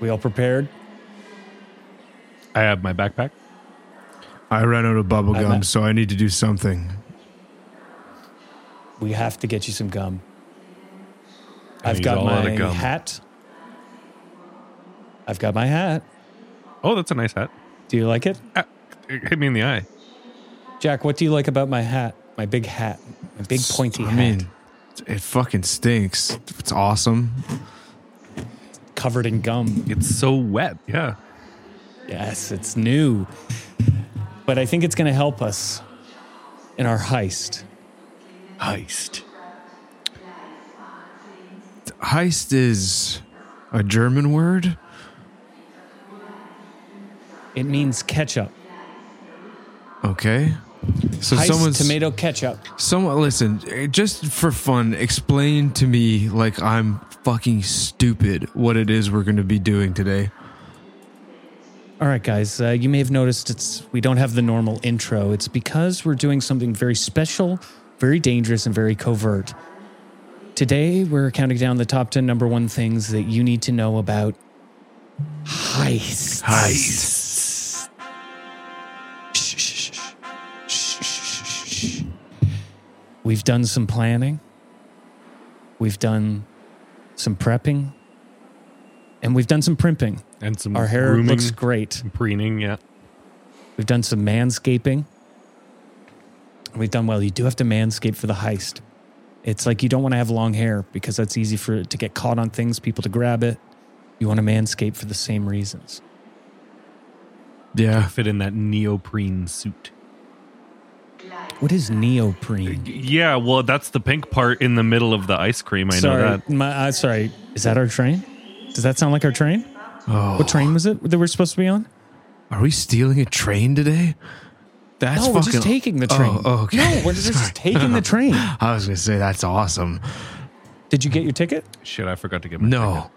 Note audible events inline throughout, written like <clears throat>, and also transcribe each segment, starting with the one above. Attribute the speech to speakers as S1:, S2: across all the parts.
S1: We all prepared?
S2: I have my backpack.
S3: I ran out of bubble
S1: I'm
S3: gum,
S1: at-
S3: so I need to do something.
S1: We have to get you some gum.
S2: I
S1: I've
S2: need
S1: got
S2: all of
S1: my
S2: the gum.
S1: hat. I've got my hat.
S2: Oh, that's a nice hat.
S1: Do you like it?
S2: Ah, it hit me in the eye.
S1: Jack, what do you like about my hat? My big hat. My big pointy
S3: I
S1: hat.
S3: mean, it fucking stinks. It's awesome.
S1: covered in gum.
S2: It's so wet. Yeah.
S1: Yes, it's new. But I think it's going to help us in our heist.
S2: Heist.
S3: Heist is a German word.
S1: It means ketchup.
S3: Okay. So
S1: Heist
S3: someone's
S1: tomato ketchup.
S3: someone listen, eh, just for fun, explain to me like I'm fucking stupid what it is we're going to be doing today.
S1: All right, guys. Uh, you may have noticed it's we don't have the normal intro. It's because we're doing something very special, very dangerous, and very covert. Today, we're counting down the top ten number one things that you need to know about heists.
S2: Heist.
S1: Shh, shh, shh, shh. Shh, shh, shh, shh. We've done some planning. We've done some prepping. And we've done some primping.
S2: And some
S1: Our hair
S2: grooming,
S1: looks great.
S2: some preening. Yeah.
S1: We've done some manscaping. We've done well. You do have to manscape for the heist. It's like you don't want to have long hair because that's easy for it to get caught on things, people to grab it. You want to manscape for the same reasons.
S3: Yeah.
S2: Fit in that neoprene suit.
S1: What is neoprene?
S2: Yeah. Well, that's the pink part in the middle of the ice cream. I
S1: sorry,
S2: know that.
S1: my uh, sorry. Is that our train? Does that sound like our train?
S3: Oh.
S1: What train was it that we're supposed to be on?
S3: Are we stealing a train today? That's
S1: no, we're
S3: fucking
S1: just taking the train.
S3: Oh, oh, okay.
S1: No, we're
S3: <laughs>
S1: just taking the train.
S3: I was going to say that's awesome.
S1: Did you get your ticket?
S2: Shit, I forgot to get my
S3: No,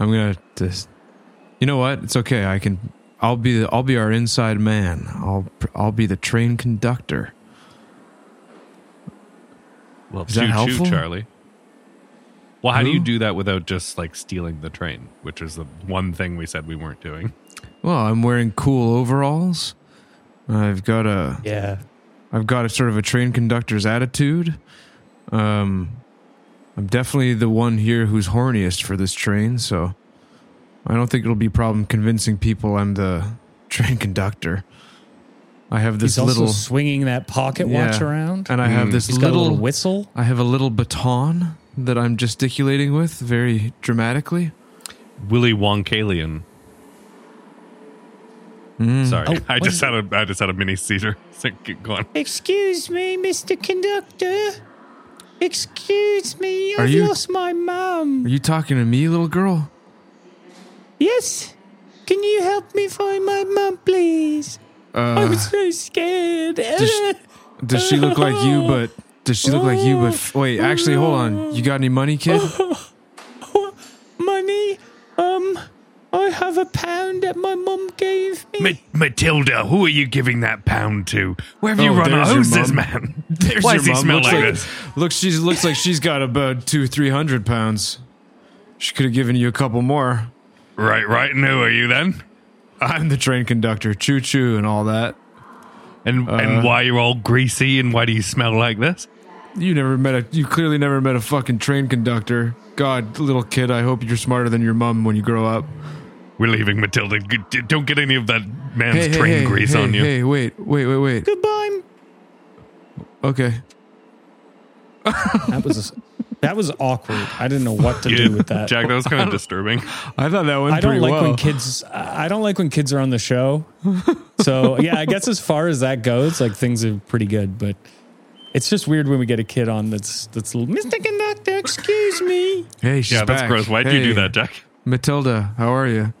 S3: I'm gonna just. You know what? It's okay. I can. I'll be. The, I'll be our inside man. I'll. I'll be the train conductor.
S2: ticket. Well,
S3: Is that
S2: choo-choo,
S3: helpful?
S2: Charlie. Well, how do
S3: Who?
S2: you do that without just like stealing the train, which is the one thing we said we weren't doing?
S3: Well, I'm wearing cool overalls. I've got a.
S1: Yeah.
S3: I've got a sort of a train conductor's attitude. Um, I'm definitely the one here who's horniest for this train, so I don't think it'll be a problem convincing people I'm the <laughs> train conductor. I have this
S1: He's also
S3: little
S1: swinging that pocket watch
S3: Yeah.
S1: around.
S3: and I have this
S1: He's got a
S3: little
S1: little whistle.
S3: I have a little baton that I'm gesticulating with very dramatically.
S2: Willy Wonkalian.
S3: Mm.
S2: Sorry,
S1: Oh,
S2: I
S1: what
S2: just
S1: is-
S2: had a I just had a mini seizure. So <laughs> Keep going.
S1: Excuse me, Mr. Conductor. Excuse me,
S3: Are
S1: I've
S3: you-
S1: lost my mum.
S3: Are you talking to me, little girl?
S1: Yes. Can you help me find my mum, please? I'm
S3: Uh,
S1: so scared. Uh,
S3: she- does she look like you? But does she look like you? But f- wait, actually, hold on. You got any money, kid?
S1: Money? Um, I have a pound that my mum gave me.
S2: Matilda, who are you giving that pound to? Where have
S3: you Oh, run there's out? your Who's this mum.
S2: man?
S3: <laughs>
S2: <laughs>
S3: There's your mom. looks Looks, she looks like she's got about two, three hundred pounds. She could have given you a couple more.
S2: Right, right. And who are you then?
S3: I'm the train conductor, choo choo, and all that.
S2: And
S3: Uh,
S2: and why you're all greasy and why do you smell like this?
S3: You never met a. You clearly never met a fucking train conductor. God, little kid, I hope you're smarter than your mom when you grow up.
S2: We're leaving, Matilda. G- d- Don't get any of that man's
S3: hey,
S2: train
S3: hey,
S2: grease
S3: hey,
S2: on you.
S3: Hey, wait, wait, wait, wait.
S1: Goodbye.
S3: Okay.
S1: That was that was awkward. I didn't know what to do with that.
S2: Jack, that was
S3: <laughs>
S2: kind of disturbing.
S3: I thought that went
S1: I don't
S3: pretty
S1: like
S3: well.
S1: when kids. I don't like when kids are on the
S3: <laughs>
S1: show. So yeah, I guess as far as that goes, like things are pretty good. But it's just weird when we get a kid on that's that's little Mr. Conductor. Excuse me,
S3: hey, she's
S2: Yeah, that's
S3: back.
S2: gross. Why'd you
S3: Hey,
S2: do that, Jack?
S3: Matilda? How are you?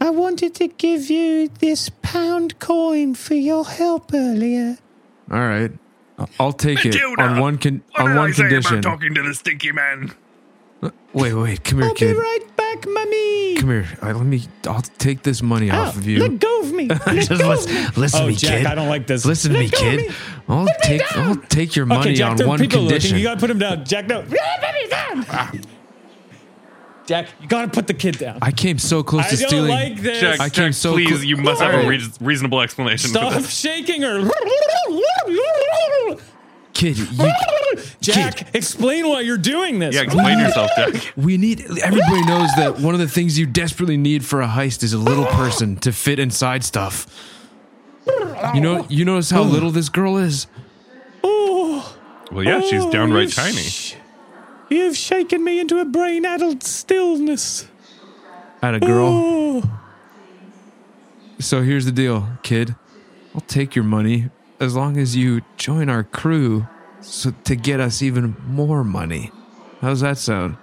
S1: I wanted to give you this pound coin for your help earlier.
S3: All right, I'll take it
S2: Matilda,
S3: on one con- on one condition.
S2: to the stinky man?
S3: Wait, wait, come here,
S1: I'll
S3: kid.
S1: be right back, mummy.
S3: Come here. All right, let me. I'll take this money
S1: Ow,
S3: off of <laughs> you.
S1: Oh, Let go of me. Let
S3: Just
S1: go of
S3: listen,
S1: me.
S3: listen to
S1: Oh,
S3: me,
S1: Jack,
S3: kid.
S1: I don't like this.
S3: Listen to
S1: Let
S3: me,
S1: go of
S3: kid.
S1: me. Let
S3: I'll
S1: me
S3: take.
S1: down.
S3: I'll take your money
S1: okay, Jack,
S3: on
S1: there are
S3: one
S1: people
S3: condition.
S1: Looking. You gotta put him down, Jack. No, let me down. Jack, you gotta put the kid down.
S3: I came so close
S1: I
S3: to
S1: don't
S3: stealing.
S1: like this.
S2: Jack,
S3: I
S2: Jack,
S3: came so
S2: please,
S3: cl-
S2: you must have a
S3: Alright.
S2: reas reasonable explanation for
S1: Stop
S2: this.
S1: shaking her. <laughs>
S3: Kid, you,
S1: Jack, explain why you're doing this.
S2: Yeah, explain yourself, Jack.
S3: we need. Everybody knows that one of the things you desperately need for a heist is a little person to fit inside stuff. You know, you notice how little this girl is.
S2: Well, yeah, she's
S1: Oh,
S2: downright
S1: you've
S2: tiny.
S1: sh- You've shaken me into a brain addled stillness.
S3: At a girl.
S1: Oh,
S3: So here's the deal, kid. I'll take your money as long as you join our crew, so to get us even more money. How's that sound?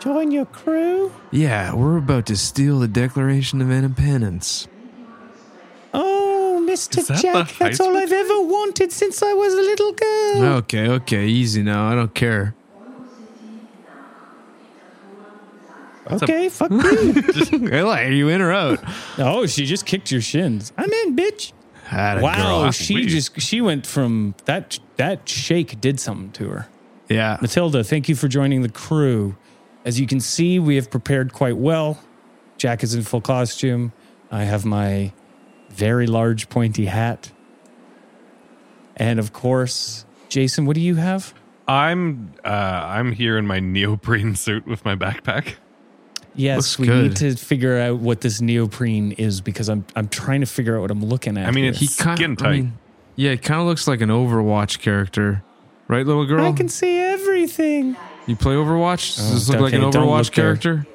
S1: join your crew?
S3: Yeah, we're about to steal the Declaration of Independence.
S1: Oh, Mr.
S2: Is that
S1: Jack,
S2: the
S1: that's all I've ever wanted since I was a little girl.
S3: Okay, okay, easy now. I don't care. <laughs>
S1: okay, fuck
S2: <laughs>
S1: you.
S3: Ella, are you in or out?
S1: oh, she just kicked your shins. I'm in, bitch.
S3: Atta
S1: Wow,
S3: girl.
S1: she
S2: Wee.
S1: just she went from that that shake did something to her.
S3: Yeah.
S1: Matilda, thank you for joining the crew. As you can see, we have prepared quite well. Jack is in full costume. I have my very large pointy hat. And of course, Jason, what do you have?
S2: I'm uh, I'm here in my <laughs> neoprene suit with my backpack.
S1: Yes,
S3: Looks
S1: we
S3: good.
S1: need to figure out what this neoprene is because I'm I'm trying to figure out what I'm looking at.
S2: I mean,
S1: here.
S2: it's-
S3: He kind
S2: Skin
S3: of.
S2: tight.
S3: I mean, yeah, it kind of looks like an Overwatch character, right, little girl?
S1: I can see everything.
S3: you play Overwatch? Does
S1: Oh,
S3: this look like
S1: okay,
S3: an
S1: don't look
S3: Overwatch
S1: there.
S3: character?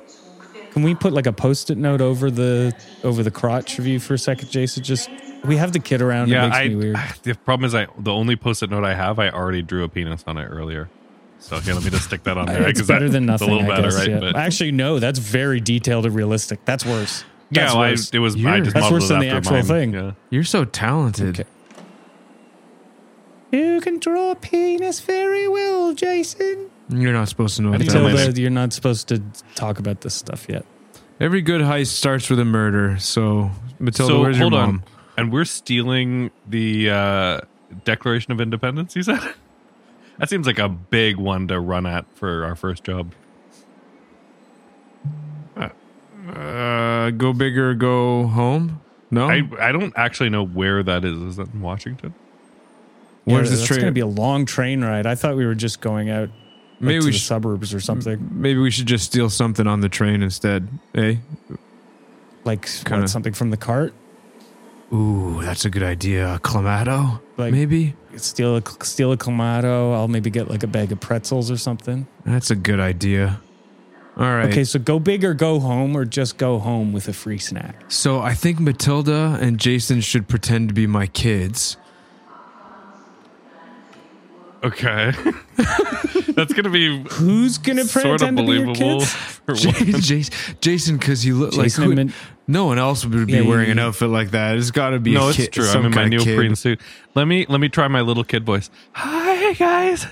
S1: Can we put like a post-it note over the over the crotch review for a second, Jason? Just we have the kid around. it
S2: Yeah,
S1: makes
S2: <laughs> I,
S1: me weird.
S2: the problem is I the only post-it note I have I already drew a penis on it earlier. So here, let me just stick that
S1: <laughs>
S2: on there.
S1: It's
S2: 'cause that-
S1: better than
S2: it's
S1: nothing.
S2: A little
S1: I
S2: better,
S1: guess,
S2: right?
S1: yeah.
S2: But
S1: Actually, no. That's very detailed and realistic. That's worse.
S2: yeah,
S1: That's
S2: well, I,
S1: worse.
S2: it was. I
S3: You're-
S2: just
S1: That's
S2: modeled
S1: worse
S2: it
S1: than the
S2: after
S1: actual
S2: mine.
S1: thing.
S2: Yeah.
S3: You're so talented.
S1: Okay. You can draw a penis very well, Jason.
S3: You're not supposed to know.
S2: Until
S3: that.
S2: the-
S1: Matilda, you're not supposed to talk about this stuff yet.
S3: Every good heist starts with a murder. So, Matilda, where's your mom?
S2: And we're stealing the uh, Declaration of Independence, you said? <laughs> that seems like a big one to run at for our first job.
S3: Uh, go big or go
S1: Oh.
S3: home? No.
S2: I, I don't actually know where that is. Is that in Washington?
S3: Where's
S1: Yeah,
S3: this
S1: It's
S3: train?
S1: going to be a long train ride. I thought we were just going out like,
S3: Maybe
S1: to
S3: we
S1: the
S3: sh-
S1: suburbs or something,
S3: Maybe we should just steal something on the train instead. eh? Hey.
S1: like
S3: Kinda.
S1: what, something from the cart,
S3: Ooh, that's a good idea. Clamato,
S1: Like-
S3: maybe.
S1: steal a steal a clamato. I'll maybe get like a bag of pretzels or something.
S3: That's a good idea. All right.
S1: Okay, so go big or go home, or just go home with a free snack.
S3: So I think Matilda and Jason should pretend to be my kids.
S2: Okay. <laughs> That's going to be
S1: Who's gonna
S2: sort of
S1: pretend to be your
S2: believable.
S1: kids? <laughs>
S2: <laughs> for
S3: Ja-
S2: one.
S3: Jas- <laughs> Jason, because he looked like
S1: Jason
S3: who-
S1: and Min-
S3: no one else would be
S1: Yeah,
S3: wearing
S1: you-
S3: an outfit like that. It's got to be
S2: No,
S3: A
S2: it's
S3: kid,
S2: true.
S3: some
S2: I'm in my
S3: kind of
S2: neoprene
S3: kid.
S2: suit. Let me let me try my little kid voice. Hi guys.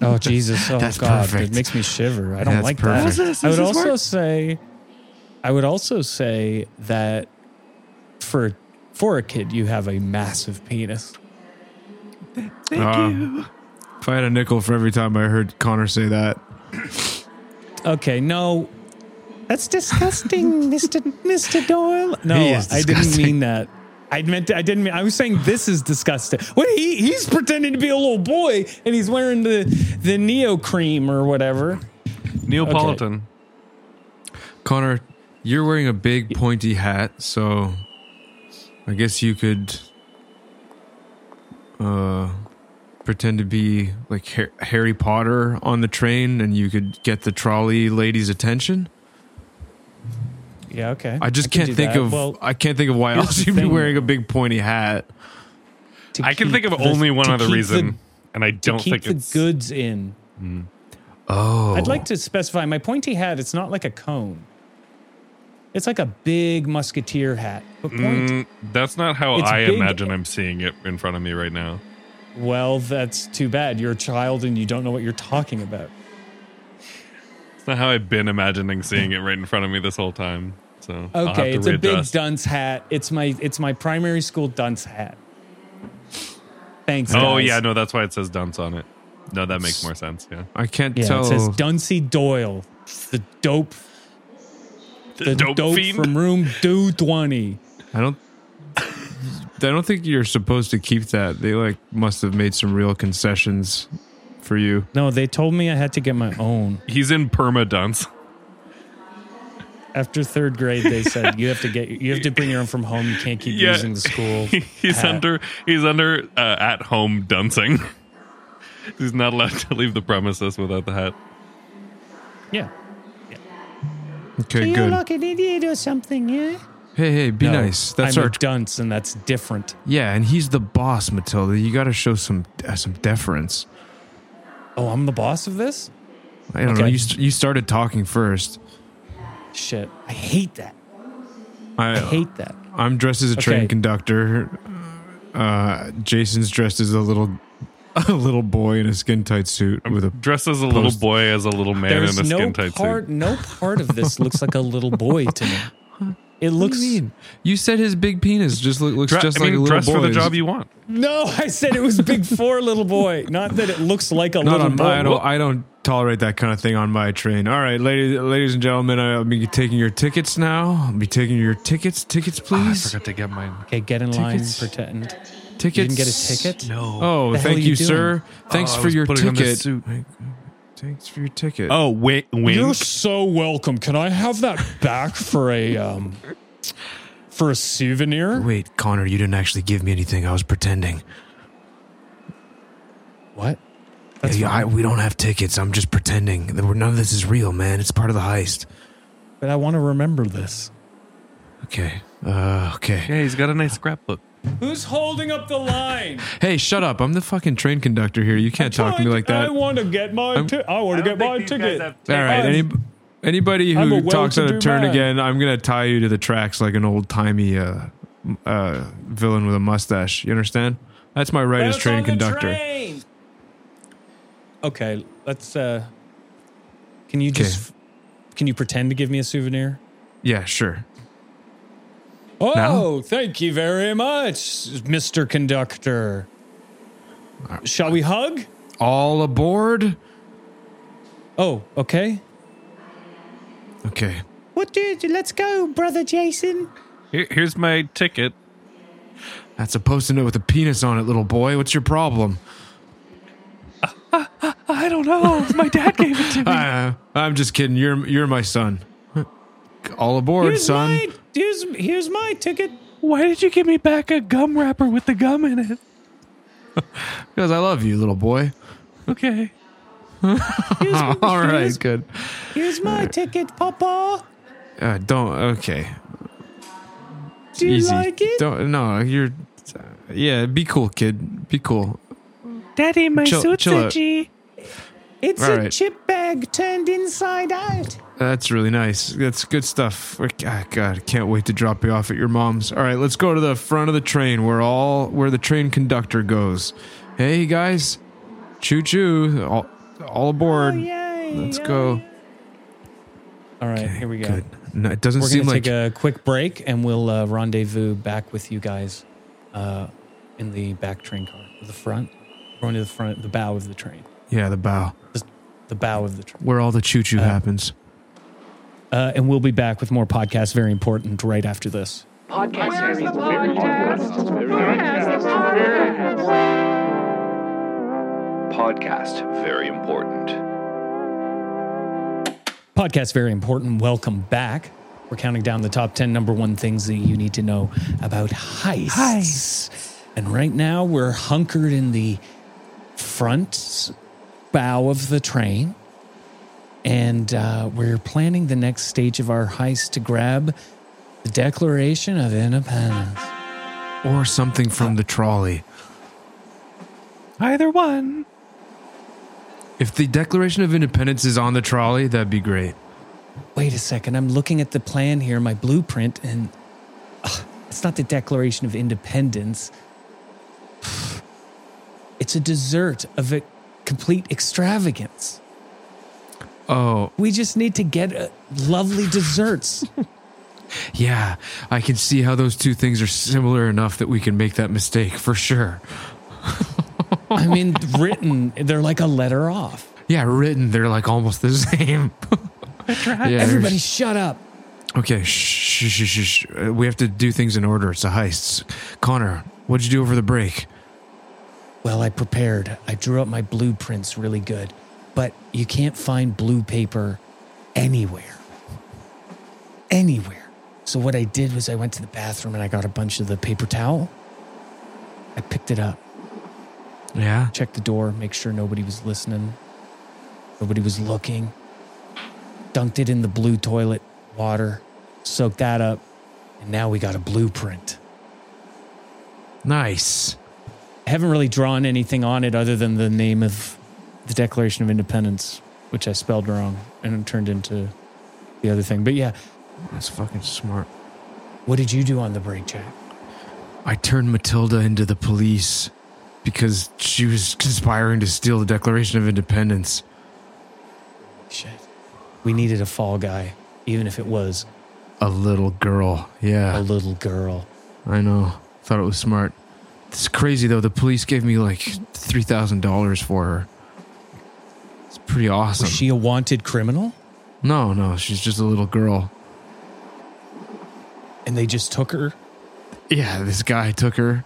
S1: Oh
S3: <laughs>
S1: Jesus! Oh
S3: That's
S1: God!
S3: perfect.
S1: It makes me shiver. I don't
S3: That's
S1: like
S3: perfect.
S1: that.
S2: Does
S1: I would
S2: this
S1: also
S2: work?
S1: say, I would also say that for for a kid, you have a massive penis.
S2: Thank
S3: Ah.
S2: you.
S3: If I had a nickel for every time I heard Connor say that,
S1: Okay, no, that's
S3: <laughs>
S1: disgusting, Mister Mister Doyle. No,
S3: He is
S1: I didn't
S3: disgusting.
S1: mean that. I meant I didn't mean. I was saying this is disgusting. What he he's pretending to be a little boy and he's wearing the the neo cream or whatever.
S2: Neapolitan.
S3: Connor, you're wearing a big pointy hat, so I guess you could uh pretend to be like Har- Harry Potter on the train and you could get the trolley lady's attention.
S1: Yeah, okay.
S3: I just
S1: can
S3: can't
S1: do
S3: think
S1: that.
S3: of
S1: Well,
S3: I can't think of why
S1: here's
S3: else
S1: the
S3: you'd be
S1: thing.
S3: wearing a big pointy hat.
S1: to
S2: I can think of
S1: keep the-
S2: only one
S1: to
S2: other
S1: keep the-
S2: reason, and I
S1: to
S2: don't
S1: keep
S2: think
S1: the
S2: it's
S1: goods in.
S3: Oh.
S1: I'd like to specify my pointy hat. It's not like a cone. It's like a big musketeer hat. But point.
S2: Mm, that's not how
S1: It's
S2: I
S1: big-
S2: imagine I'm seeing it in front of me right now.
S1: Well, that's too bad. You're a child and you don't know what you're talking about.
S2: It's not how I've been imagining seeing it right in front of me this whole time. So I'll have to
S1: Okay, it's a big
S2: readjust.
S1: dunce hat. It's my it's my primary school dunce hat. Thanks.
S2: oh
S1: guys.
S2: yeah, no, that's why it says dunce on it. No, that makes more sense. Yeah,
S3: I can't
S1: Yeah,
S3: tell.
S1: it says Duncy Doyle. the dope, the, dope,
S2: fiend.
S1: from room two twenty.
S3: I don't. I don't think you're supposed to keep that. They like must have made some real concessions for you.
S1: No, they told me I had to get my own.
S2: He's in permadance.
S1: After third grade, they said you have to get you have to bring your own from home. You can't keep
S2: <laughs> Yeah.
S1: using the school.
S2: He's
S3: Uh,
S1: hat.
S2: under he's under uh, at home duncing. <laughs> he's not allowed to leave the premises without the hat.
S1: Yeah.
S3: Okay, good.
S1: idiot or something, yeah?
S3: hey, hey, be nice. That's
S1: I'm
S3: our
S1: a dunce, and that's different.
S3: yeah, and he's the boss, Matilda. You got to show some uh, some deference.
S1: Oh, I'm the boss of this.
S3: I don't know.
S1: Okay.
S3: You st- you started talking first.
S1: Shit, I hate that.
S3: I,
S1: I hate that.
S3: I'm dressed as a train
S1: Okay.
S3: conductor. Uh, Jason's dressed as a little <laughs> a little boy in a skin tight suit with a
S2: Dressed as a little
S3: Post-
S2: boy, as a little man
S1: There's
S2: in a
S1: no
S2: skin tight
S1: part.
S2: suit.
S1: No part of this looks like a little boy to
S2: <laughs>
S1: me. It looks.
S3: You said his big penis just look, looks
S2: Dre-
S3: just
S2: I mean,
S3: like a little
S2: dress
S3: boy.
S2: for the job you want.
S1: No, I said it was big for little boy. Not that it looks like a
S3: Not
S1: little
S3: on
S1: boy.
S3: my. I don't, I don't tolerate that kind of thing on my train. All right, ladies, ladies and gentlemen, uh, I'll be taking your tickets now. I'll be taking your tickets. Tickets,
S2: Ah, I
S3: please.
S2: forgot to get mine.
S1: Okay, get in line.
S3: Tickets.
S1: Pretend
S3: tickets.
S1: you didn't get a ticket.
S2: No.
S3: Oh,
S1: The hell
S3: thank
S1: are
S3: you,
S1: you
S3: sir. Thanks
S2: Oh, I
S3: for
S2: was
S3: your
S2: putting on
S3: ticket.
S2: this suit.
S3: Thanks for your ticket.
S2: Oh, wait,
S1: You're
S2: wink.
S1: so welcome. Can I have that back for a um for a souvenir?
S3: wait, Connor, you didn't actually give me anything. I was pretending.
S1: What?
S3: Yeah, I, we don't have tickets. I'm just pretending. There were- None of this is real, man. It's part of the heist.
S1: But I want to remember this.
S3: Okay. Uh, okay.
S2: Yeah, he's got a nice scrapbook.
S1: Who's holding up the line?
S3: Hey, shut up. I'm the fucking train conductor here. You can't talk to me like that.
S1: I want to get my.
S3: I'm-
S1: Ti- I want to get my ticket.
S3: All right. Any, anybody
S1: I'm
S3: who
S1: a
S3: talks out of
S1: well-to-do
S3: turn
S1: man.
S3: again, I'm going to tie you to the tracks like an old timey uh, m- uh, villain with a mustache. You understand? That's my right as train conductor.
S1: Okay, let's. uh Can you just? Can you pretend to give me a souvenir?
S3: Yeah, sure.
S1: Oh,
S3: Now?
S1: thank you very much, Mr. Conductor. Shall we hug?
S3: All aboard.
S1: Oh, okay.
S3: Okay.
S1: What did? Let's go, brother Jason.
S2: Here, here's my ticket.
S3: That's a post it note with a penis on it, little boy. What's
S1: <laughs>
S3: your problem?
S2: I don't know. My dad gave it to me.
S3: Uh, I'm just kidding. You're you're my son. All aboard, son.
S1: here's here's my ticket.
S2: Why did you give me back a gum wrapper with the gum in it?
S3: Because I love you, little boy.
S2: Okay.
S1: Here's,
S3: <laughs> All right, good.
S1: here's my ticket, Papa.
S3: Uh, don't. Okay.
S1: Do
S3: Easy. Don't. No. You're. Yeah. Be cool, kid. Be cool.
S4: Daddy, my
S3: Chill-
S4: suit's
S3: chill out.
S4: itchy.
S1: It's
S3: All right.
S1: chip bag turned inside out.
S3: That's really nice. That's good stuff. We're- ah, God, I can't wait to drop you off at your mom's. All right, let's go to the front of the train where all where the train conductor goes. Hey guys, choo choo, all, all
S1: Oh,
S3: aboard. let's go.
S1: All right, here we go.
S3: Good. No, it doesn't
S1: We're
S3: seem
S1: going to
S3: like
S1: take a quick break and we'll uh, rendezvous back with you guys uh, in the back train car. The front. We're going to the front, the bow of the train.
S3: yeah the bow
S1: The bow of the train.
S3: where all the choo choo happens.
S1: Uh, and we'll be back with more podcasts, very important, right after this.
S5: Podcast, very important.
S1: Podcast very important. Welcome back. We're counting down the top 10 number one things that you need to know about heists. And right now we're hunkered in the front bow of the train. And uh, we're planning the next stage of our heist to grab the Declaration of Independence.
S3: Or something from the trolley.
S2: Either one.
S3: If the Declaration of Independence is on the trolley, that'd be great.
S1: Wait a second. I'm looking at the plan here, my blueprint, and Ugh, it's not the Declaration of Independence. <sighs> It's a dessert of a complete extravagance.
S3: Oh,
S1: We just need to get uh, lovely desserts.
S3: yeah. I can see how those two things are similar enough that we can make that mistake for sure.
S1: I mean, written, they're like a letter off.
S3: Yeah, written, they're like almost the <laughs> same.
S2: Quit driving.
S3: Yeah,
S1: Everybody shut up.
S3: Okay, shh, shh, shh, shh, shh. Uh, We have to do things in order. It's a heist. Connor, what'd you do over the break?
S1: Well, I prepared. I drew up my blueprints really good, but you can't find blue paper anywhere. Anywhere. So, what I did was I went to the bathroom and I got a bunch of the paper towel. I picked it up,
S3: Yeah.
S1: checked the door, make sure nobody was listening, nobody was looking. Dunked it in the blue toilet water, soaked that up, and now we got a blueprint.
S3: Nice.
S1: I haven't really drawn anything on it other than the name of the Declaration of Independence, which I spelled wrong and it turned into the other thing. But yeah,
S3: That's fucking smart.
S1: what did you do on the break, Jack?
S3: I turned Matilda into the police because she was conspiring to steal the Declaration of Independence.
S1: Shit. We needed a fall guy, even if it was
S3: A little girl.
S1: a
S3: Yeah.
S1: little girl.
S3: I know. Thought it was smart. It's crazy though. The police gave me like $3,000 for her. It's pretty awesome.
S1: Was she a wanted criminal?
S3: no, no, she's just a little girl.
S1: And they just took her?
S3: Yeah, this guy took her.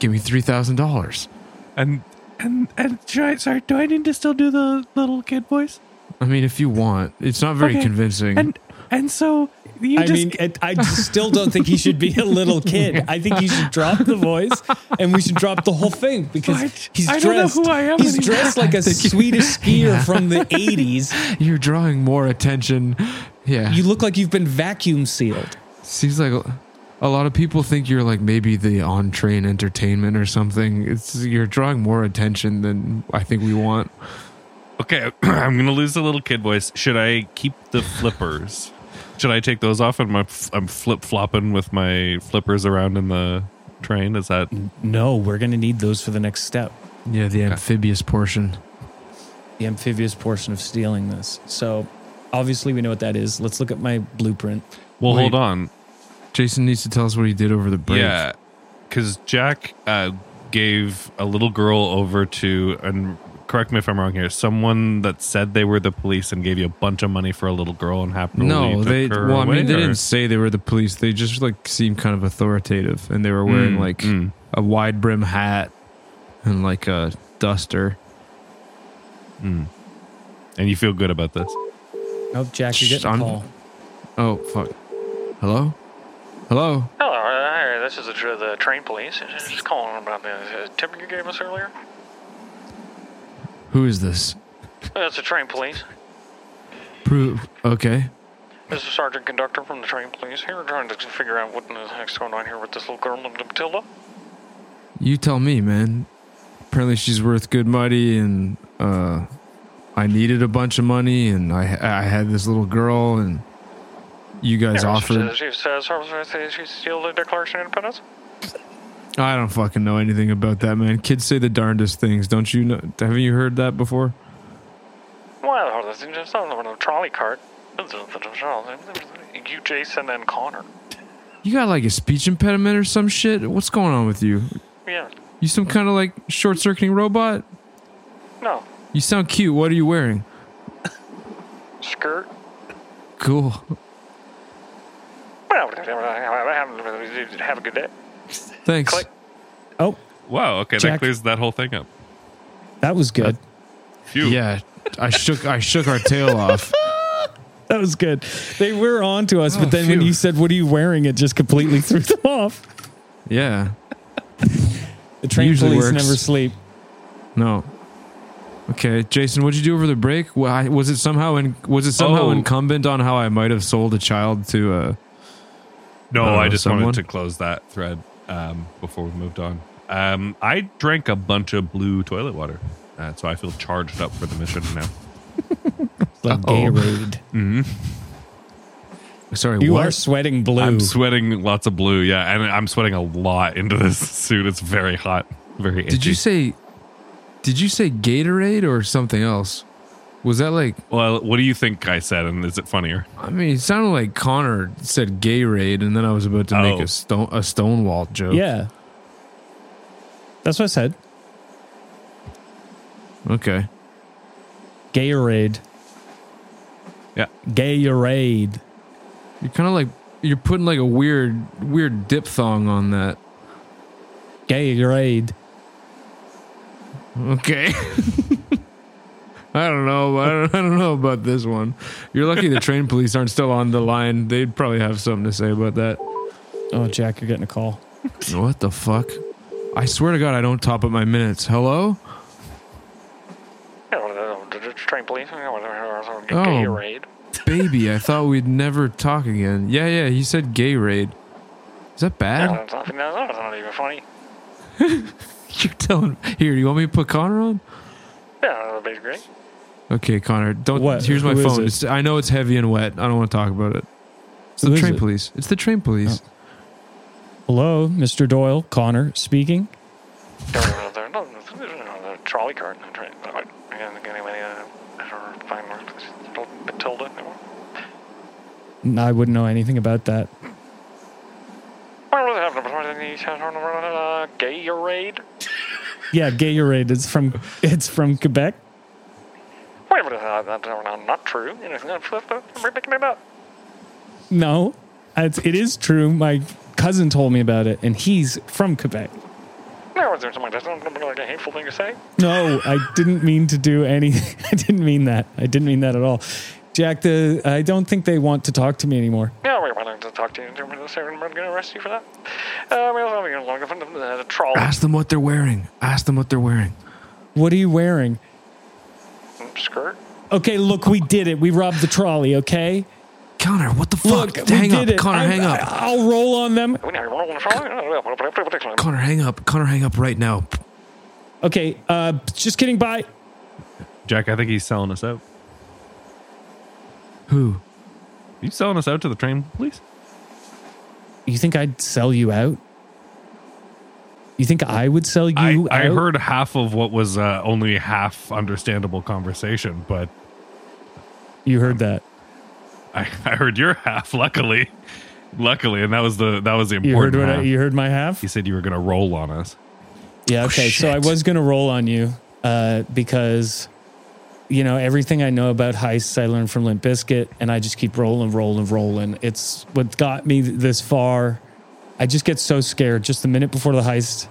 S3: Give me three thousand dollars.
S2: And and and should I, sorry, do I need to still do the little kid voice?
S3: I mean, if you want, it's not very
S2: Okay.
S3: convincing.
S2: And and so
S1: Mm-hmm.
S2: you
S1: I
S2: just
S1: mean, it,
S2: <laughs>
S1: I still don't think he should be a little kid. I think he should drop the voice, and we should drop the whole thing because
S2: I-
S1: he's
S2: I
S1: dressed.
S2: don't know who I am
S1: He's
S2: anymore.
S1: dressed like a Swedish skier from the '80s.
S3: You're drawing more attention. Yeah,
S1: You look like you've been vacuum sealed.
S3: seems like a- a lot of people think you're like maybe the on-train entertainment or something. It's you're drawing more attention than I think we want.
S2: Okay, <clears throat> I'm gonna lose the little kid voice. Should I keep the flippers? Should I take those off and my I'm flip flopping with my flippers around in the train? Is that
S1: No, we're gonna need those for the next step,
S3: Yeah, the amphibious portion.
S1: the amphibious portion of stealing this. So, obviously, we know what that is. Let's look at my blueprint.
S2: well?
S3: Wait.
S2: Hold on,
S3: Jason needs to tell us what he did over the break.
S2: yeah, because Jack uh, gave a little girl over to and correct me if I'm wrong here. Someone that said they were the police and gave you a bunch of money for a little girl and happened.
S3: No, they. Well, I mean, they didn't say they were the police. They just like seemed kind of authoritative, and they were wearing like a wide brim hat and like a duster.
S2: and you feel good about this.
S1: Oh, Jack, you're
S3: Shh,
S1: getting a
S3: I'm-
S1: call.
S3: Oh fuck! Hello, hello.
S4: Hello, uh, hi, this is the, tr- the train police. Just calling about the uh, tip you gave us earlier.
S3: Who is this?
S4: That's Uh, the train police.
S3: Prove. Okay.
S4: This is Sergeant Conductor from the train police here, trying to figure out what the heck's going on here with this little girl named Matilda.
S3: You tell me, man. Apparently, she's worth good money, and uh, I needed a bunch of money, and I I had this little girl, and you guys
S4: Here,
S3: offered.
S4: She says, "Officer, says she stole the Declaration of Independence.
S3: I don't fucking know anything about that, man. Kids say the darndest things. Don't you know? Haven't you heard that before?
S4: Well, this is just on a trolley cart. You, Jason, and Connor.
S3: You got like a speech impediment or some shit? What's going on with you?
S4: Yeah,
S3: You some kind of like short circuiting robot?
S4: no.
S3: You sound cute. What are you wearing?
S4: Skirt.
S3: Cool.
S4: Well, have a good day.
S3: Thanks.
S4: Click.
S1: Oh,
S2: Wow. Okay,
S1: Jack-
S2: that clears that whole thing up.
S1: that was good.
S2: Phew.
S3: Yeah, I shook I shook our tail off.
S1: That was good. They were on to us, but
S3: Oh,
S1: then when
S3: phew.
S1: you said, "What are you wearing?" it just completely <laughs> threw them off.
S3: Yeah.
S1: The train
S3: Usually
S1: police
S3: works.
S1: never sleep.
S3: No. Okay, Jason, what'd you do over the break? Wa- I- Was it somehow in, was it somehow
S2: Oh.
S3: incumbent on how I might have sold a child to uh
S2: No,
S3: Uh,
S2: I just
S3: someone?
S2: wanted to close that thread um, before we moved on. Um, I drank a bunch of blue toilet water, uh, so I feel charged up for the mission now.
S1: Like Gatorade.
S3: sorry,
S1: You
S3: what?
S1: are sweating blue.
S2: I'm sweating lots of blue, yeah, and I'm sweating a lot into this <laughs> suit. It's very hot, very.
S3: Did you
S2: itchy.
S3: say Did you say Gatorade or something else? Was that like
S2: Well, what do you think I said, and is it funnier?
S3: I mean, it sounded like Connor said gay raid, and then I was about to make
S2: Oh.
S3: a stone a Stonewall joke.
S1: yeah. That's what I said.
S3: Okay.
S1: Gatorade.
S2: Yeah.
S1: Gatorade.
S3: You're kind of like you're putting like a weird weird diphthong on that.
S1: Gatorade.
S3: Okay. <laughs> I don't know. I don't, I don't know about this one. You're lucky the train police aren't still on the line. They'd probably have something to say about that.
S1: Oh, Jack, you're getting a call.
S3: What the fuck? I swear to God, I don't top up my minutes. Hello?
S4: Train police. Oh.
S3: Baby, I thought we'd never talk again. Yeah, yeah, he said gay raid. Is that bad?
S4: That's not, that's not even funny.
S3: <laughs> You're telling Here, you want me to put Connor on?
S4: Yeah, that'd be great.
S3: Okay, Connor, don't.
S1: What?
S3: Here's my
S1: Who is
S3: phone.
S1: it?
S3: It's, I know it's heavy and wet. I don't want to talk about it. It's the
S1: Who is
S3: train
S1: it? Oh.
S3: police. It's the train police.
S1: Hello, Mr. Doyle. Connor speaking.
S4: Trolley cart. uh, Matilda.
S1: I wouldn't know anything about that.
S4: uh, Gatorade.
S1: Yeah, Gatorade. It's from it's from Quebec.
S4: Wait a minute, uh, that's not true. You know, we're picking it up.
S1: No, it's, it is true. My cousin told me about it, and he's from Quebec.
S4: No, is there something that's not like a hateful thing to say?
S1: No, I didn't mean to do any. <laughs> I didn't mean that. I didn't mean that at all. Jack, the I don't think they want to talk to me anymore.
S4: Yeah, we wanted to talk to you. We're going to arrest you for that. Uh, we also have a long from the, the troll.
S3: Ask them what they're wearing. Ask them what they're wearing.
S1: What are you wearing?
S4: skirt.
S1: Okay, look, we did it. We robbed the trolley. Okay,
S3: Connor, what the fuck?
S1: look, we
S3: hang
S1: did
S3: up,
S1: it.
S3: Connor.
S1: I'm-
S3: hang up.
S1: I, will roll on them.
S4: We know you roll on the trolley.
S3: Connor, hang up. Connor, hang up right now.
S1: Okay, uh, just kidding. Bye.
S2: Jack, I think he's selling us out.
S3: Who?
S2: you selling us out to the train police?
S1: You think I'd sell you out? You think I would sell you?
S2: I,
S1: out?
S2: I heard half of what was uh, only half understandable conversation, but
S1: you heard that.
S2: I, <laughs> I heard your half. Luckily, luckily, and that was the that was the
S1: You heard
S2: important.
S1: what I,
S2: half.
S1: you heard my half.
S2: you said you were going to roll on us.
S1: Yeah. Okay. so I
S3: shit.
S1: was gonna roll on you uh, because you know everything I know about heists I learned from Limp Biscuit, and I just keep rolling, rolling, rolling. It's what got me th- this far. I just get so scared just the minute before the heist.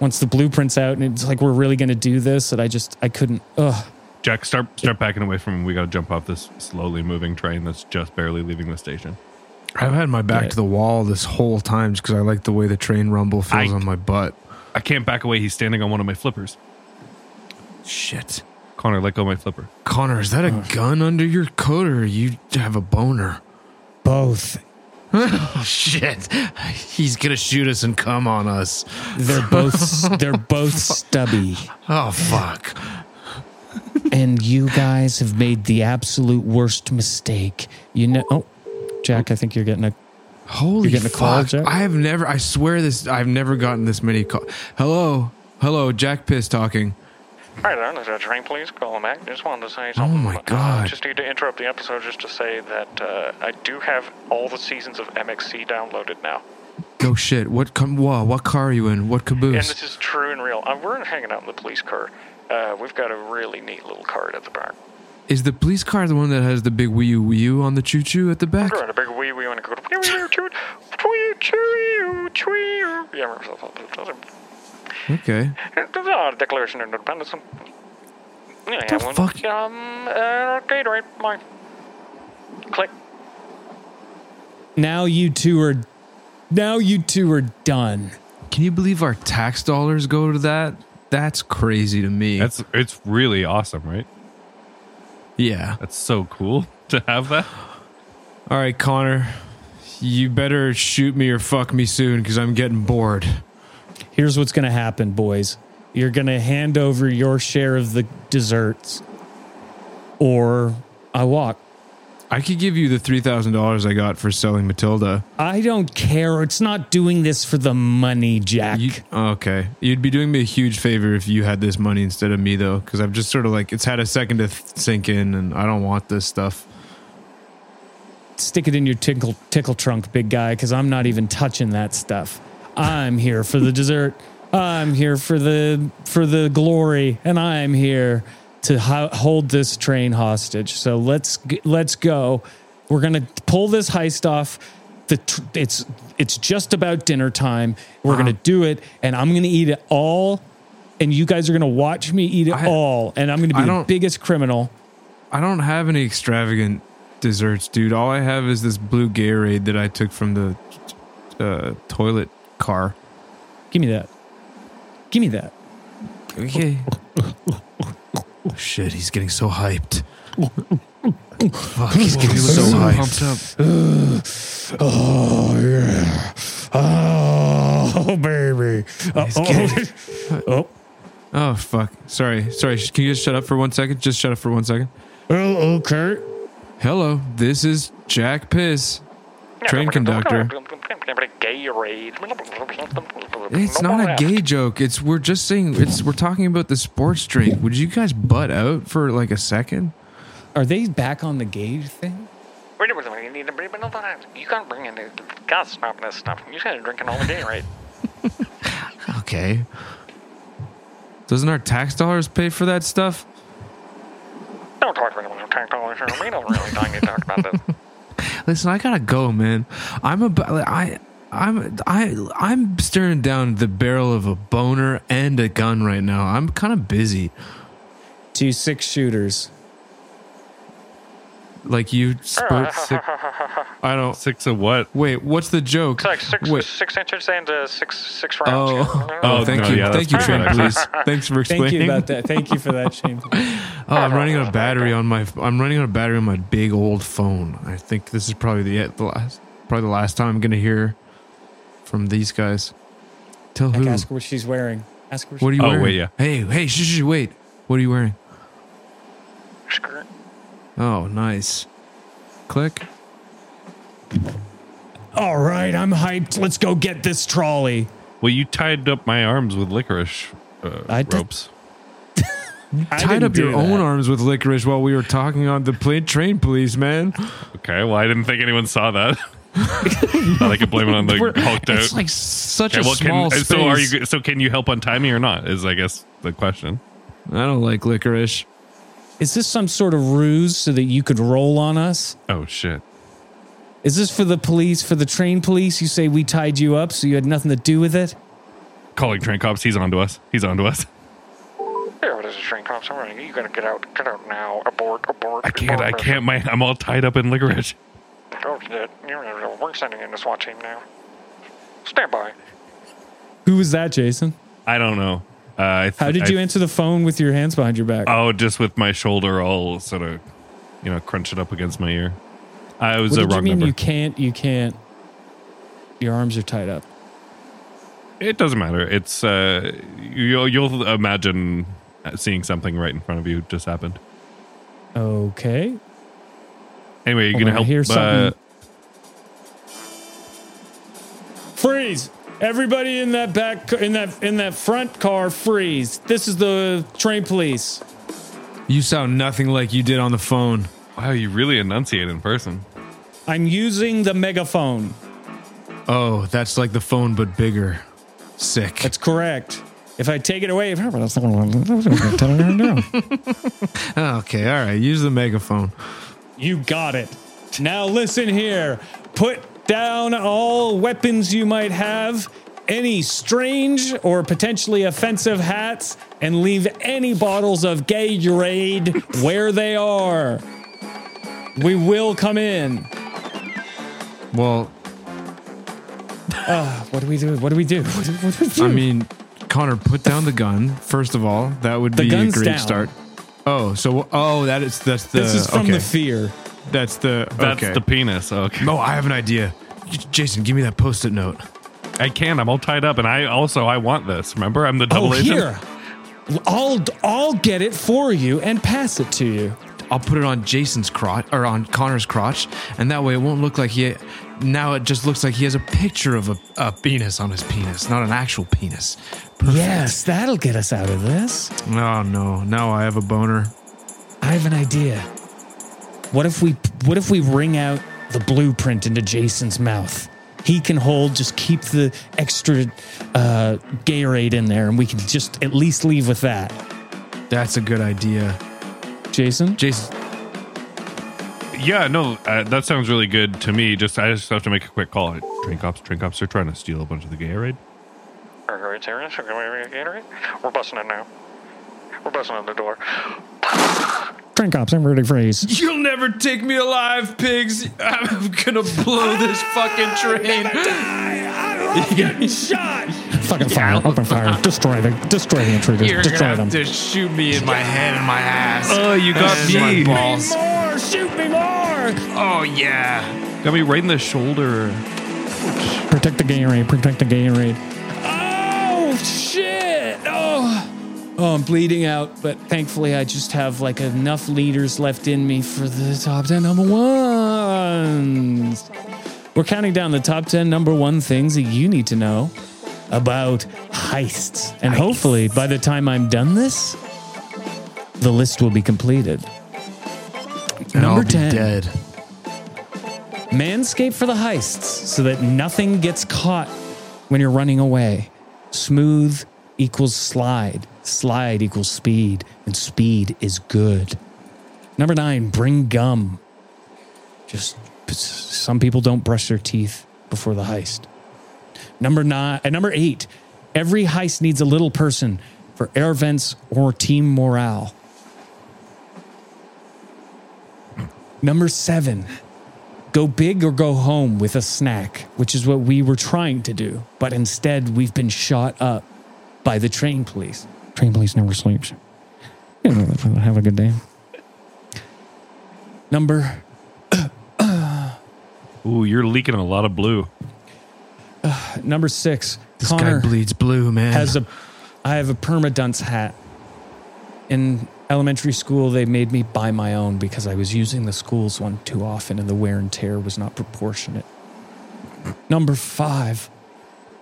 S1: Once the blueprints out, and it's like we're really gonna do this, that I just I couldn't. Ugh.
S2: Jack, start start backing away from. him. We got to jump off this slowly moving train that's just barely leaving the station.
S3: I've had my back
S1: Yeah.
S3: to the wall this whole time just because I like the way the train rumble feels
S2: I-
S3: on my butt.
S2: I can't back away. He's standing on one of my flippers.
S3: Shit.
S2: Connor, let go of my flipper.
S3: Connor, is that a gun under your coat or you have a boner? <laughs>
S1: Both.
S3: Oh, shit. He's going to shoot us and come on us.
S1: They're both. s- they're both stubby.
S3: Oh, fuck.
S1: and you guys have made the absolute worst mistake. You know, oh, Jack, I think you're getting a.
S3: Holy
S1: You're getting a call,
S3: fuck.
S1: Jack?
S3: I have never, I swear this, I've never gotten this many call. Hello. Hello. Jack Piss talking.
S4: Hi there, there's a train police calling back. Just wanted to say something.
S3: Oh my
S4: Uh,
S3: God.
S4: just need to interrupt the episode just to say that uh, I do have all the seasons of MXC downloaded now.
S3: No shit. What, com- whoa, what car are you in? What
S4: And
S3: caboose?
S4: this is true and real. Uh, we're hanging out in the police car. Uh, we've got a really neat little card at the bar.
S3: Is the police car the one that has the big Wii U Wii U on the choo choo at the back?
S4: We're on a big wee wee want to go to wee wee choo choo choo choo. Yeah, remember something.
S3: Okay.
S4: Uh, Declaration of Independence. Yeah,
S3: The
S4: yeah, well,
S3: fuck?
S4: Um, uh, Gatorade, mine. Click.
S1: Now you two are. Now you two are done.
S3: Can you believe our tax dollars go to that? That's crazy to me.
S2: That's it's really awesome, right?
S3: yeah.
S2: That's so cool <laughs> to have that.
S3: All right, Connor, you better shoot me or fuck me soon because I'm getting bored.
S1: Here's what's going to happen, boys. You're going to hand over your share of the desserts, or I walk.
S3: I could give you the three thousand dollars I got for selling Matilda.
S1: I don't care. It's not doing this for the money, Jack.
S3: You, okay, you'd be doing me a huge favor if you had this money instead of me, though, because I've just sort of like it's had a second to th- sink in, and I don't want this stuff.
S1: Stick it in your tickle tickle trunk, big guy, because I'm not even touching that stuff. I'm here for the dessert. I'm here for the for the glory, and I'm here to ho- hold this train hostage. So let's g- let's go. We're gonna pull this heist off. The tr- it's it's just about dinner time. We're gonna
S3: Uh-huh.
S1: do it, and I'm gonna eat it all. And you guys are gonna watch me eat it
S3: I-
S1: all, and I'm gonna
S3: I
S1: be the
S3: don't-
S1: biggest criminal.
S3: I don't have any extravagant desserts, dude. All I have is this blue Gatorade that I took from the uh, toilet car.
S1: Give me that. Give me that.
S3: <laughs> Okay. Oh, Shit, he's getting so hyped. Fuck, he's getting so, hyped.
S1: Oh yeah. Oh <laughs> baby. Uh,
S3: getting-
S1: oh, <laughs> oh,
S3: Oh fuck! Sorry, sorry. Sh- Can you just shut up for one second? Just shut up for one second.
S1: oh, okay.
S3: Hello, this is Jack Piss. Train conductor.
S4: Gatorade.
S3: It's not a gay joke. It's we're just saying it's we're talking about the sports drink. Would you guys butt out for like a second?
S1: Are they back on the gauge thing?
S4: You gotta bring in the. Gotta stop this stuff. You guys are drinking all the Gatorade.
S3: Okay. Doesn't our tax dollars pay for that stuff?
S4: <laughs> Don't talk about it. Don't talk about it. We don't really need to talk about this.
S3: Listen, I gotta go, man. I'm about I. I'm I I'm staring down the barrel of a boner and a gun right now. I'm kind of busy.
S1: Two six shooters.
S3: Like you
S4: <laughs>
S3: spurt six. I don't
S2: Six of what?
S3: Wait, what's the joke?
S4: It's like six,
S3: Wait.
S4: six inches and uh, six, six rounds.
S3: Oh,
S4: Yeah.
S3: oh, thank
S2: no,
S3: you,
S2: yeah,
S3: thank
S2: that's
S3: you,
S2: pretty
S3: Shane.
S2: good,
S3: Please, thanks for
S1: Thank
S3: explaining.
S1: you about that. Thank you for that, Shane.
S3: Oh, I'm running out of battery on my. I'm running out of battery on my big old phone. I think this is probably the, the last, probably the last time I'm gonna hear from these guys. Tell
S1: Like, <laughs>
S3: who?
S1: ask her what she's wearing. Ask her.
S3: What are you
S2: Oh,
S3: wearing?
S2: wait, yeah.
S3: Hey, hey, shh, shh, wait. What are you wearing?
S4: Skirt.
S3: Oh, nice. Click.
S1: All right, I'm hyped. Let's go get this trolley.
S2: Well, you tied up my arms with licorice uh,
S1: I did-
S2: ropes.
S1: I
S3: Tied
S1: didn't
S3: up your
S1: do
S3: own
S1: that.
S3: arms with licorice while we were talking on the plane train, police man.
S2: Okay, well, I didn't think anyone saw that. <laughs>
S3: <laughs>
S2: Thought I could blame it on the
S3: We're-
S2: hulked out.
S3: It's like such
S2: Okay,
S3: a
S2: well,
S3: small
S2: can,
S3: space.
S2: so are you? So can you help untie me or not? Is I guess the question.
S3: I don't like licorice.
S1: Is this some sort of ruse so that you could roll on us?
S2: Oh shit!
S1: Is this for the police, for the train police? You say we tied you up, so you had nothing to do with it.
S2: Calling train cops. He's onto us. He's onto us.
S4: Here, what is this train cops? I'm running. You gotta get out. Get out now. Abort, abort.
S2: I can't. I
S4: abort.
S2: can't. My, I'm all tied up in licorice.
S4: Oh, shit. You're gonna work sending in the SWAT team now. Stand by.
S1: Who was that, Jason?
S2: I don't know. Uh, I th-
S1: How did
S2: I-
S1: you answer the phone with your hands behind your back?
S2: Oh, just with my shoulder all sort of, you know, crunch it up against my ear. I was
S1: what
S2: a
S1: did you
S2: wrong
S1: mean
S2: number.
S1: you can't? You can't. Your arms are tied up.
S2: It doesn't matter. It's uh, you'll, you'll imagine seeing something right in front of you just happened.
S1: Okay.
S2: Anyway, you're
S1: Hold on, Oh,
S2: gonna
S1: I
S2: help.
S1: hear
S2: uh,
S1: something. Freeze! Everybody in that back in that in that front car, freeze! This is the train police.
S3: You sound nothing like you did on the phone.
S2: wow, you really enunciate in person.
S1: I'm using the megaphone.
S3: Oh, that's like the phone but bigger. Sick.
S1: That's correct. If I take it away, <laughs> you
S3: okay, all right. Use the megaphone.
S1: got it. Now listen here. Put down all weapons you might have, any strange or potentially offensive hats, and leave any bottles of Gatorade <laughs> where they are. We will come in.
S3: Well,
S1: What do we do? What do we do? <laughs> What do, what do we do?
S3: I mean, Connor, put down the gun first of all. That would
S1: The
S3: be a
S1: gun's
S3: great
S1: down.
S3: start. Oh, so oh, that is that's the.
S1: this is from
S3: okay.
S1: the fear.
S3: that's the.
S2: That's
S3: okay.
S2: the penis. Okay,
S3: No, I have an idea. J- Jason, give me that post-it note.
S2: I can. I'm all tied up, and I also I want this. Remember, I'm the double
S1: Oh,
S2: agent.
S1: here. I'll I'll get it for you and pass it to you.
S3: I'll put it on Jason's crotch or on Connor's crotch, and that way it won't look like he. Now it just looks like he has a picture of a, a penis on his penis, not an actual penis.
S1: Yes, that'll get us out of this.
S3: Oh no! Now I have a boner.
S1: I have an idea. What if we what if we wring out the blueprint into Jason's mouth? He can hold just keep the extra uh Gatorade in there and we can just at least leave with that.
S3: That's a good idea.
S1: Jason?
S3: Jason,
S2: Yeah, no, uh, that sounds really good to me. Just I just have to make a quick call. Train cops, train cops are trying to steal a bunch of the Gatorade.
S4: Alright, Terrence, are we gonna get it? We're busting it now. We're busting at the door.
S1: Train cops, I'm rooting for Ace.
S3: you'll never take me alive, pigs. I'm gonna blow this
S2: Ah!
S3: fucking train.
S1: Fucking fire, open fire, destroy the, destroy the intruders,
S3: You're gonna
S1: destroy
S3: have
S1: them.
S3: to shoot me in my head and my ass.
S2: Oh, you got
S3: And my
S2: me.
S3: balls.
S1: more, shoot me more!
S3: Oh yeah.
S2: Got me right in the shoulder.
S1: Protect the Gatorade, protect the Gatorade. Oh, shit! Oh. Oh, I'm bleeding out, but thankfully I just have like enough liters left in me for the top 10 number ones. We're counting down the top 10 number one things that you need to know about heists. And hopefully, by the time I'm done this, the list will be completed.
S3: And
S1: Number
S3: I'll be
S1: 10.
S3: Dead.
S1: Manscape for the heists so that nothing gets caught when you're running away. Smooth equals slide, slide equals speed, and speed is good. Number nine, bring gum. Just some people don't brush their teeth before the heist. Number nine, uh, number eight, every heist needs a little person for air vents or team morale. Number seven, go big or go home with a snack, which is what we were trying to do. But instead, we've been shot up by the train police. Train police never sleeps. You know, Have a good day. Number
S2: Ooh, you're leaking a lot of blue.
S1: number six.
S3: This
S1: Connor
S3: guy bleeds blue, man.
S1: has a. I have a permadunce hat. In elementary school, they made me buy my own because I was using the school's one too often, and the wear and tear was not proportionate. Number five.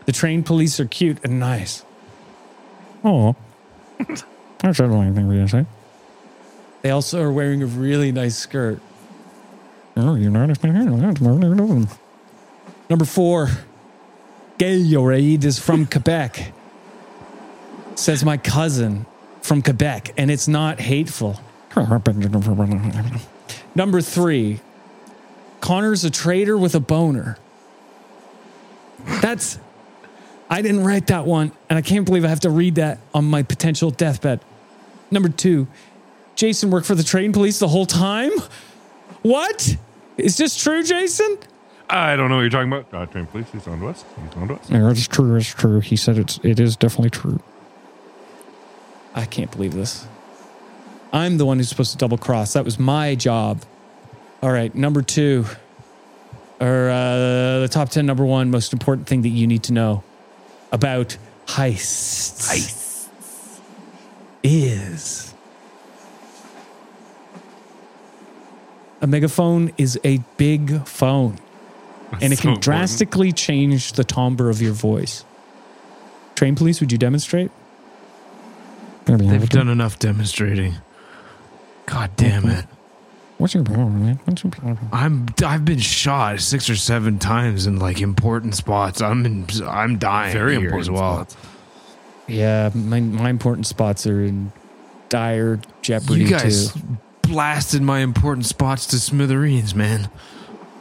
S1: The train police are cute and nice. Oh. That's not anything we didn't say. They also are wearing a really nice skirt. Oh, you're not Number four. Gatorade is <laughs> from Quebec. Says my cousin from Quebec, and it's not hateful. Number three. Connor's a traitor with a boner. That's I didn't write that one, and I can't believe I have to read that on my potential deathbed. Number two, Jason worked for the train police the whole time? What? Is this true, Jason?
S2: I don't know what you're talking about. Uh, train police, he's on to us. He's on to us.
S1: No, it's true, it's true. He said it's it is definitely true. I can't believe this. I'm the one who's supposed to double cross. That was my job. All right, number two. Or uh, the top ten number one most important thing that you need to know about heists. Heists is a megaphone is a big phone and it
S2: So
S1: can
S2: important.
S1: drastically change the timbre of your voice. Train police, would you demonstrate?
S3: They've done enough demonstrating. God damn it.
S1: What's your problem, man? What's your problem?
S3: I'm I've been shot six or seven times in like important spots. I'm in, I'm dying
S2: Very
S3: here
S2: important
S3: as well.
S2: spots.
S1: Yeah, my, my important spots are in dire jeopardy
S3: You guys
S1: too.
S3: blasted my important spots to smithereens, man.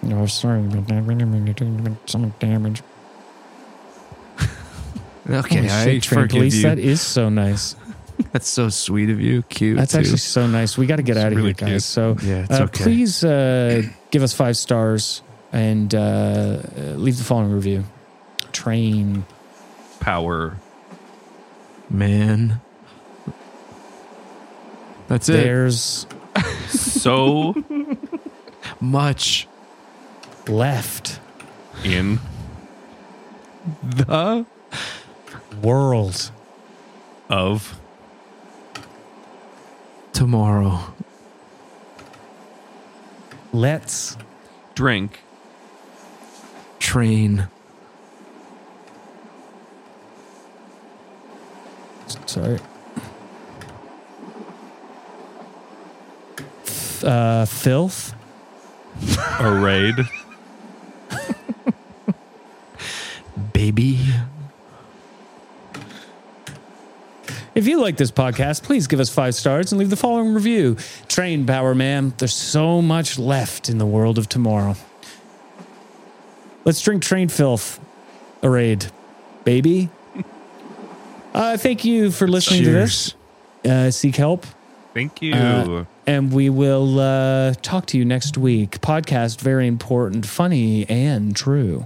S1: No, Oh, sorry, but I really mean to do some damage.
S3: Okay,
S1: Holy
S3: I
S1: shit, train
S3: forgive
S1: police.
S3: you.
S1: That is so nice.
S3: That's so sweet of you. Cute.
S1: That's
S3: too.
S1: actually so nice. We got to get out of
S2: really
S1: here, guys.
S2: cute.
S1: So
S3: Yeah, it's
S1: uh,
S3: okay.
S1: please uh, give us five stars and uh, uh, leave the following review. Train
S2: Power.
S3: man. That's it.
S1: There's
S2: So <laughs>
S3: Much
S1: left
S2: in
S3: the
S1: world.
S2: of
S3: tomorrow.
S1: Let's
S2: drink
S3: Train.
S1: sorry. F- Uh, filth.
S2: a raid.
S3: Baby.
S1: If you like this podcast, please give us five stars and leave the following review. Train power, man. There's so much left in the world of tomorrow. Let's drink train filth arrayed, baby. Uh, thank you for listening
S3: Cheers.
S1: to this. Uh, seek help.
S2: Thank you.
S1: Uh, and we will uh, talk to you next week. Podcast very important, funny, and true.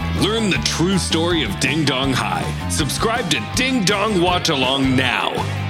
S6: Learn the true story of Ding Dong High. Subscribe to Ding Dong Watch Along now.